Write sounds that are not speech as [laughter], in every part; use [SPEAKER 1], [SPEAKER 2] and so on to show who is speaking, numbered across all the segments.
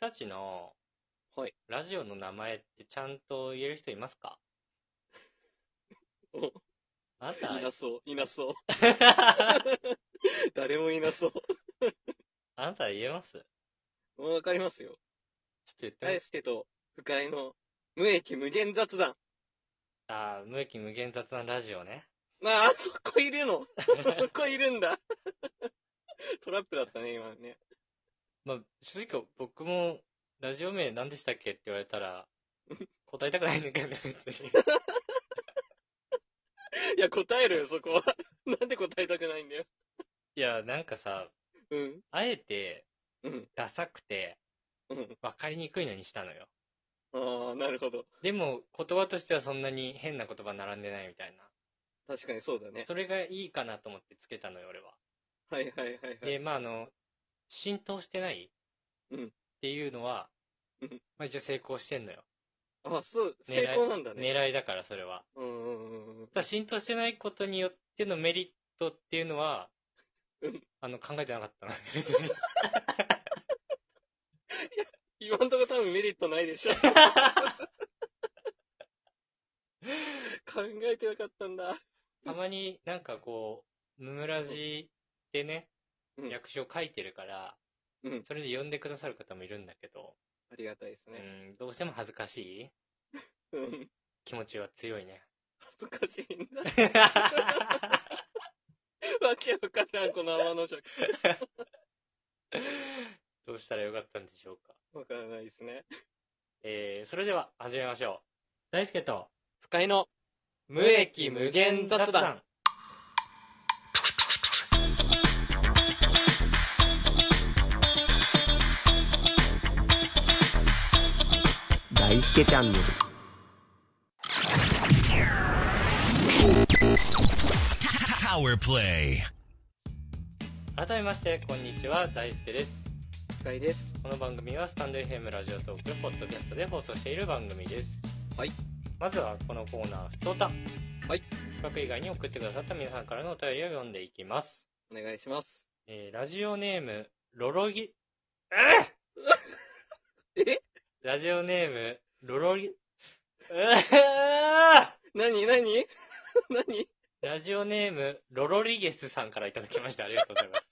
[SPEAKER 1] たちの
[SPEAKER 2] はい。
[SPEAKER 1] ラジオの名前ってちゃんと言える人いますか
[SPEAKER 2] お
[SPEAKER 1] あなた
[SPEAKER 2] い、なそう、いなそう。 [laughs] 誰もいなそう。
[SPEAKER 1] [laughs] あなた言えますちょっと
[SPEAKER 2] もうわかりますよ。
[SPEAKER 1] 言ってみ
[SPEAKER 2] 大輔と深井の無益無限雑談。
[SPEAKER 1] あー無益無限雑談ラジオね。
[SPEAKER 2] まあ、あそこいるの。
[SPEAKER 1] [laughs]
[SPEAKER 2] そこいるんだ。 [laughs] トラップだったね、今ね。
[SPEAKER 1] まあ、正直僕も、ラジオ名何でしたっけって言われた
[SPEAKER 2] [laughs]
[SPEAKER 1] ら、答えたくないんだけどね、別に。
[SPEAKER 2] いや、答えるよ、そこは。 [laughs] なんで答えたくないんだよ。
[SPEAKER 1] いや、なんかさ、
[SPEAKER 2] うん。
[SPEAKER 1] あえて、
[SPEAKER 2] うん。
[SPEAKER 1] ダサくて、
[SPEAKER 2] うん。
[SPEAKER 1] わかりにくいのにしたのよ。
[SPEAKER 2] ああ、なるほど。
[SPEAKER 1] でも、言葉としてはそんなに変な言葉並んでないみたい
[SPEAKER 2] 確かにそうだ
[SPEAKER 1] な。
[SPEAKER 2] ね。
[SPEAKER 1] それがいいかなと思ってつけたのよ、俺は。
[SPEAKER 2] はいはいはいはい。
[SPEAKER 1] で、まあ、あの、浸透してない
[SPEAKER 2] うん
[SPEAKER 1] っていうのは
[SPEAKER 2] うん、
[SPEAKER 1] まあ、一応成功してんのよ。
[SPEAKER 2] あ、そう、
[SPEAKER 1] 狙い
[SPEAKER 2] 成功なんだね。
[SPEAKER 1] 狙いだから、それは。
[SPEAKER 2] うんうんうんうん。
[SPEAKER 1] ただ浸透してないことによってのメリットっていうのは
[SPEAKER 2] うん、
[SPEAKER 1] あの、考えてなかったの。別に
[SPEAKER 2] 今んとこ多分メリットないで [laughs] しょ。考えてなかったんだ。
[SPEAKER 1] たまになんかこう、ムムラジでね、
[SPEAKER 2] うん
[SPEAKER 1] 役所書いてるから、
[SPEAKER 2] うん
[SPEAKER 1] それで呼んでくださる方もいるんだけど、
[SPEAKER 2] ありがたいですね。
[SPEAKER 1] うん、どうしても恥ずかしい
[SPEAKER 2] うん。
[SPEAKER 1] 気持ちは強い
[SPEAKER 2] [laughs]
[SPEAKER 1] ね。
[SPEAKER 2] 恥ずかしいんだ。わけわからん、この天の尺。
[SPEAKER 1] [laughs] どうしたらよかったんでしょうか。
[SPEAKER 2] わからないですね。
[SPEAKER 1] えー、それでは始めましょう。大輔と、
[SPEAKER 2] 不快の。
[SPEAKER 1] 無益無限雑談。
[SPEAKER 3] 大輔チャンネル
[SPEAKER 1] 改めまして、こんにちは、大輔です。
[SPEAKER 2] 不快です。
[SPEAKER 1] この番組はスタンド FM ラジオトークポッドキャストで放送している番組です
[SPEAKER 2] はい
[SPEAKER 1] まずはこのコーナー「ふとた」
[SPEAKER 2] はい
[SPEAKER 1] 企画以外に送ってくださった皆さんからのお便りを読んでいきます、
[SPEAKER 2] お願いします。
[SPEAKER 1] えーラジオネームロロギえ
[SPEAKER 2] え
[SPEAKER 1] ラジオネームロロギえ
[SPEAKER 2] なに [laughs] なになに
[SPEAKER 1] ラジオネームロロリゲスさんからいただきましたありがとうございます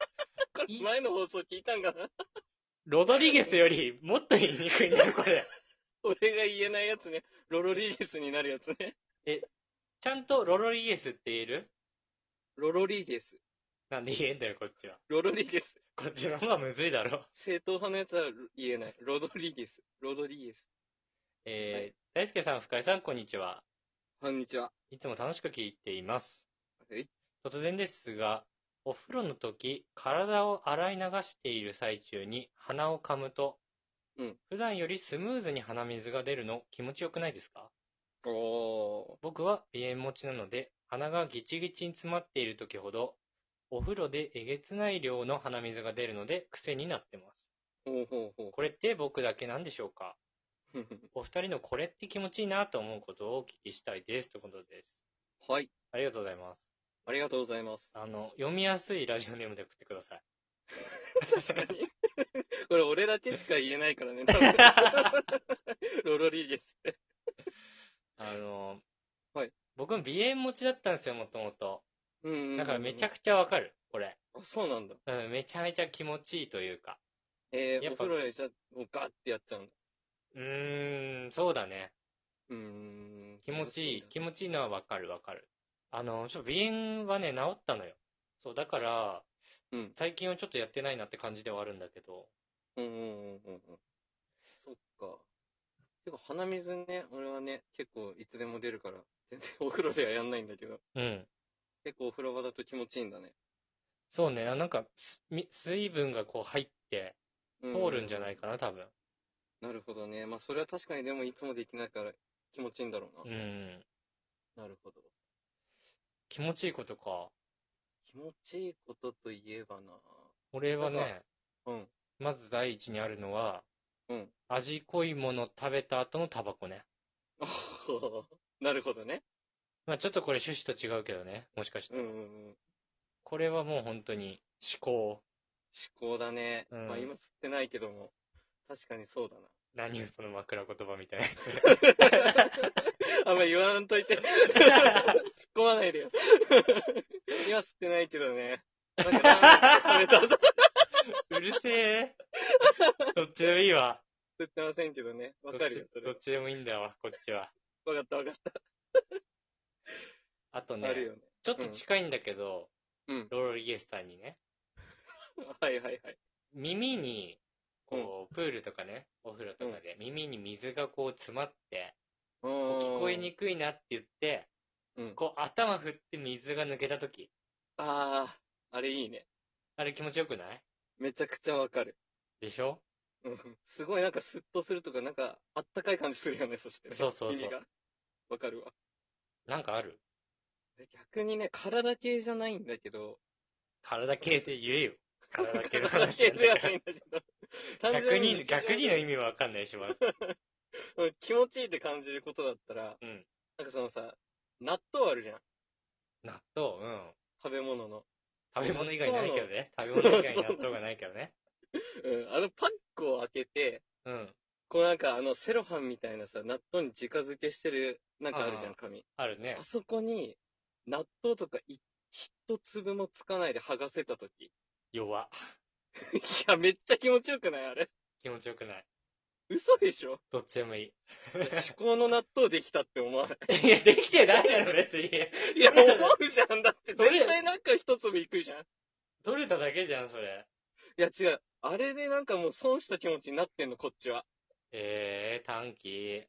[SPEAKER 2] これ前の放送聞いたんかな
[SPEAKER 1] ロドリゲスよりもっと言いにくいんだよこれ
[SPEAKER 2] 俺が言えないやつね。ロロリゲスになるやつね。
[SPEAKER 1] ちゃんとロロリゲスって言える
[SPEAKER 2] ロロリゲス。
[SPEAKER 1] なんで言えんだよこっちは
[SPEAKER 2] ロロリゲス。
[SPEAKER 1] こっちの方がむずいだろ。
[SPEAKER 2] 正統派のやつは言えない。ロドリゲス。ロドリゲス。
[SPEAKER 1] えー大輔さん、深井さん、こんにちは。
[SPEAKER 2] こんにちは。
[SPEAKER 1] いつも楽しく聞いています。
[SPEAKER 2] はい
[SPEAKER 1] 突然ですが、お風呂の時、体を洗い流している最中に鼻を噛むと、
[SPEAKER 2] うん
[SPEAKER 1] 普段よりスムーズに鼻水が出るの気持ちよくないですか
[SPEAKER 2] お
[SPEAKER 1] 僕は鼻炎持ちなので、鼻がギチギチに詰まっている時ほど、お風呂でえげつない量の鼻水が出るので癖になってます。
[SPEAKER 2] ー。ほうほうほう。
[SPEAKER 1] これって僕だけなんでしょうかお二人のこれって気持ちいいなと思うことをお聞きしたいですということです。
[SPEAKER 2] はい。
[SPEAKER 1] ありがとうございます。
[SPEAKER 2] ありがとうございます。
[SPEAKER 1] あの、読みやすいラジオネームで送ってください。
[SPEAKER 2] [laughs] 確かに。これ俺だけしか言えないか
[SPEAKER 1] [laughs]
[SPEAKER 2] らね、多分ロロリゲスって。
[SPEAKER 1] あの、
[SPEAKER 2] はい
[SPEAKER 1] 僕も鼻炎持ちだったんですよ、もともと。
[SPEAKER 2] うんうんうん。
[SPEAKER 1] だからめちゃくちゃわかる、これ。
[SPEAKER 2] あ、そうなんだ。
[SPEAKER 1] うんめちゃめちゃ気持ちいいというか。
[SPEAKER 2] えー、
[SPEAKER 1] やっ
[SPEAKER 2] お
[SPEAKER 1] ぱ
[SPEAKER 2] 風呂でじゃあ、もうガッてやっちゃうんだ。
[SPEAKER 1] うーん、そうだね。
[SPEAKER 2] うーん。
[SPEAKER 1] 気持ちいい
[SPEAKER 2] 楽、し
[SPEAKER 1] 気持ちいいのはわかるわかる。あの、ちょっと鼻炎はね、治ったのよ。そう、だから、
[SPEAKER 2] うん
[SPEAKER 1] 最近はちょっとやってないなって感じではあるんだけど、
[SPEAKER 2] みだ。うんうんうんうんうん。そっか。結構鼻水ね、俺はね、結構いつでも出るから、全然お風呂ではやんないんだけど、
[SPEAKER 1] うん。
[SPEAKER 2] 結構お風呂場だと気持ちいいんだね。
[SPEAKER 1] そうね、あなんか、すみ水分がこう入って、通るんじゃない
[SPEAKER 2] か。
[SPEAKER 1] かな、多分。
[SPEAKER 2] なるほどね。まあそれは確かにでもいつもできないから気持ちいいんだろう
[SPEAKER 1] う
[SPEAKER 2] な。
[SPEAKER 1] ん。
[SPEAKER 2] なるほど。
[SPEAKER 1] 気持ちいいことか。
[SPEAKER 2] 気持ちいいことといえばな。
[SPEAKER 1] 俺は
[SPEAKER 2] なん
[SPEAKER 1] ね、
[SPEAKER 2] うん。
[SPEAKER 1] まず第一にあるのは、
[SPEAKER 2] うん
[SPEAKER 1] 味濃いもの食べた後のタバコね。
[SPEAKER 2] おー [laughs] なるほどね。
[SPEAKER 1] まあちょっとこれ趣旨と違うけどね、もしかして。
[SPEAKER 2] うんうんうん。
[SPEAKER 1] これはもう本当に思考。
[SPEAKER 2] 思考だね。
[SPEAKER 1] うん
[SPEAKER 2] まあ今吸ってないけども、確かにそうだな。
[SPEAKER 1] 何よその枕言葉みたいな。
[SPEAKER 2] [laughs] あんま言わんとい [laughs] て。突っ込まない [laughs] でよ。今吸ってないけどね。なんかラーメン食べた後
[SPEAKER 1] うるせえ。どっちでもいいわ。
[SPEAKER 2] 吸ってませんけどね。わかるよ、そ
[SPEAKER 1] ど
[SPEAKER 2] れ。
[SPEAKER 1] っちでもいいんだわ、こっちは。
[SPEAKER 2] わかったわかっ
[SPEAKER 1] あと
[SPEAKER 2] た。
[SPEAKER 1] ね
[SPEAKER 2] あ、るよね。
[SPEAKER 1] ちょっと近いんだけど、
[SPEAKER 2] うん
[SPEAKER 1] ロロリゲスさんにね、
[SPEAKER 2] はいはいはい。
[SPEAKER 1] 耳に、こう、プールとかね、お風呂とかで、耳に水がこう詰まって、聞
[SPEAKER 2] 聞
[SPEAKER 1] こえにくいなって言って、
[SPEAKER 2] うん。
[SPEAKER 1] こう頭振って水が抜けた時、
[SPEAKER 2] ああ、あれいいね。
[SPEAKER 1] あれ気持ちよくない
[SPEAKER 2] めちゃくちゃわかる。
[SPEAKER 1] でしょ
[SPEAKER 2] うん。すごいなんかスッとするとか、なんかあったかい感じするよね、そして、ね。
[SPEAKER 1] そうそうそう
[SPEAKER 2] 耳が。わかるわ。
[SPEAKER 1] なんかある
[SPEAKER 2] 逆にね、体系じゃないんだけど、
[SPEAKER 1] 体形で言えよ。 [laughs] 体系の
[SPEAKER 2] 体
[SPEAKER 1] 話
[SPEAKER 2] 系
[SPEAKER 1] だ
[SPEAKER 2] では
[SPEAKER 1] か
[SPEAKER 2] な
[SPEAKER 1] ら。
[SPEAKER 2] いんだけど、単
[SPEAKER 1] 逆
[SPEAKER 2] 純日
[SPEAKER 1] に、
[SPEAKER 2] 常で
[SPEAKER 1] 逆にの意味わかんないし、まず
[SPEAKER 2] うん気持ちいいって感じることだったら、
[SPEAKER 1] うん
[SPEAKER 2] なんかそのさ、納豆あるじゃん。
[SPEAKER 1] 納豆、うん。
[SPEAKER 2] 食べ物の。
[SPEAKER 1] 食べ物以外ないけどね。食べ物以外に納豆がないけど [laughs] ね。
[SPEAKER 2] うん。あのパックを開けて、
[SPEAKER 1] うん。
[SPEAKER 2] こうなんかあのセロハンみたいなさ、納豆に直付けしてる、なんかあるじゃ
[SPEAKER 1] あ
[SPEAKER 2] ん、
[SPEAKER 1] ー
[SPEAKER 2] 紙。
[SPEAKER 1] あるね
[SPEAKER 2] あ。そこに、納豆とかい一粒もつかないで剥がせたとき。い
[SPEAKER 1] 弱。
[SPEAKER 2] や、めっちゃ気持ちよくないあれ。
[SPEAKER 1] 気持ちよくない。
[SPEAKER 2] 嘘でしょ
[SPEAKER 1] どっちでもいい。
[SPEAKER 2] 至高の納豆できたって思わない。
[SPEAKER 1] いや、できてないだろ、別に。
[SPEAKER 2] いや、思うじゃん。だって
[SPEAKER 1] それ
[SPEAKER 2] 絶対なんか一粒いくじゃん。い
[SPEAKER 1] 取れただけじゃん、それ。
[SPEAKER 2] や、違う。あれでなんかもう損した気持ちになってんの、こっちは。 [laughs]
[SPEAKER 1] えー、短期。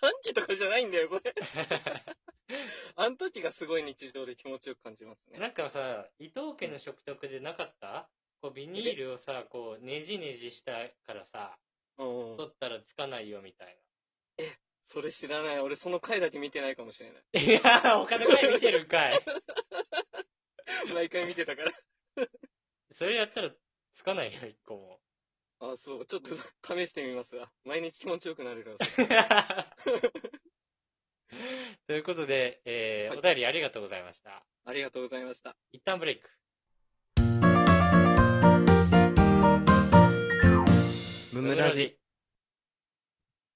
[SPEAKER 2] 短期とかじゃないんだよ、これ。あの時がすごい日常で気持ちよく感じますね。
[SPEAKER 1] なんかさ、伊藤家の食卓でなかったこう、ビニールをさ、こう、ねじねじしたからさ、
[SPEAKER 2] うんうん。
[SPEAKER 1] 取ったらつかないよ、みたい
[SPEAKER 2] それ知らない。俺その回だけ見てないかも
[SPEAKER 1] [laughs]
[SPEAKER 2] しれな
[SPEAKER 1] な。いやー、他の回見てるんかい。
[SPEAKER 2] い。毎回見てたから。
[SPEAKER 1] [laughs] それやったらつかないよ、一個 [laughs] も。
[SPEAKER 2] あ、そう。ちょっと試してみますわ。毎日気持ちよくなれるわ。
[SPEAKER 1] ということで、えー
[SPEAKER 2] はい
[SPEAKER 1] お便りありがとうございました。
[SPEAKER 2] ありがとうございました。
[SPEAKER 1] 一旦ブレイク。
[SPEAKER 3] ムムラジ。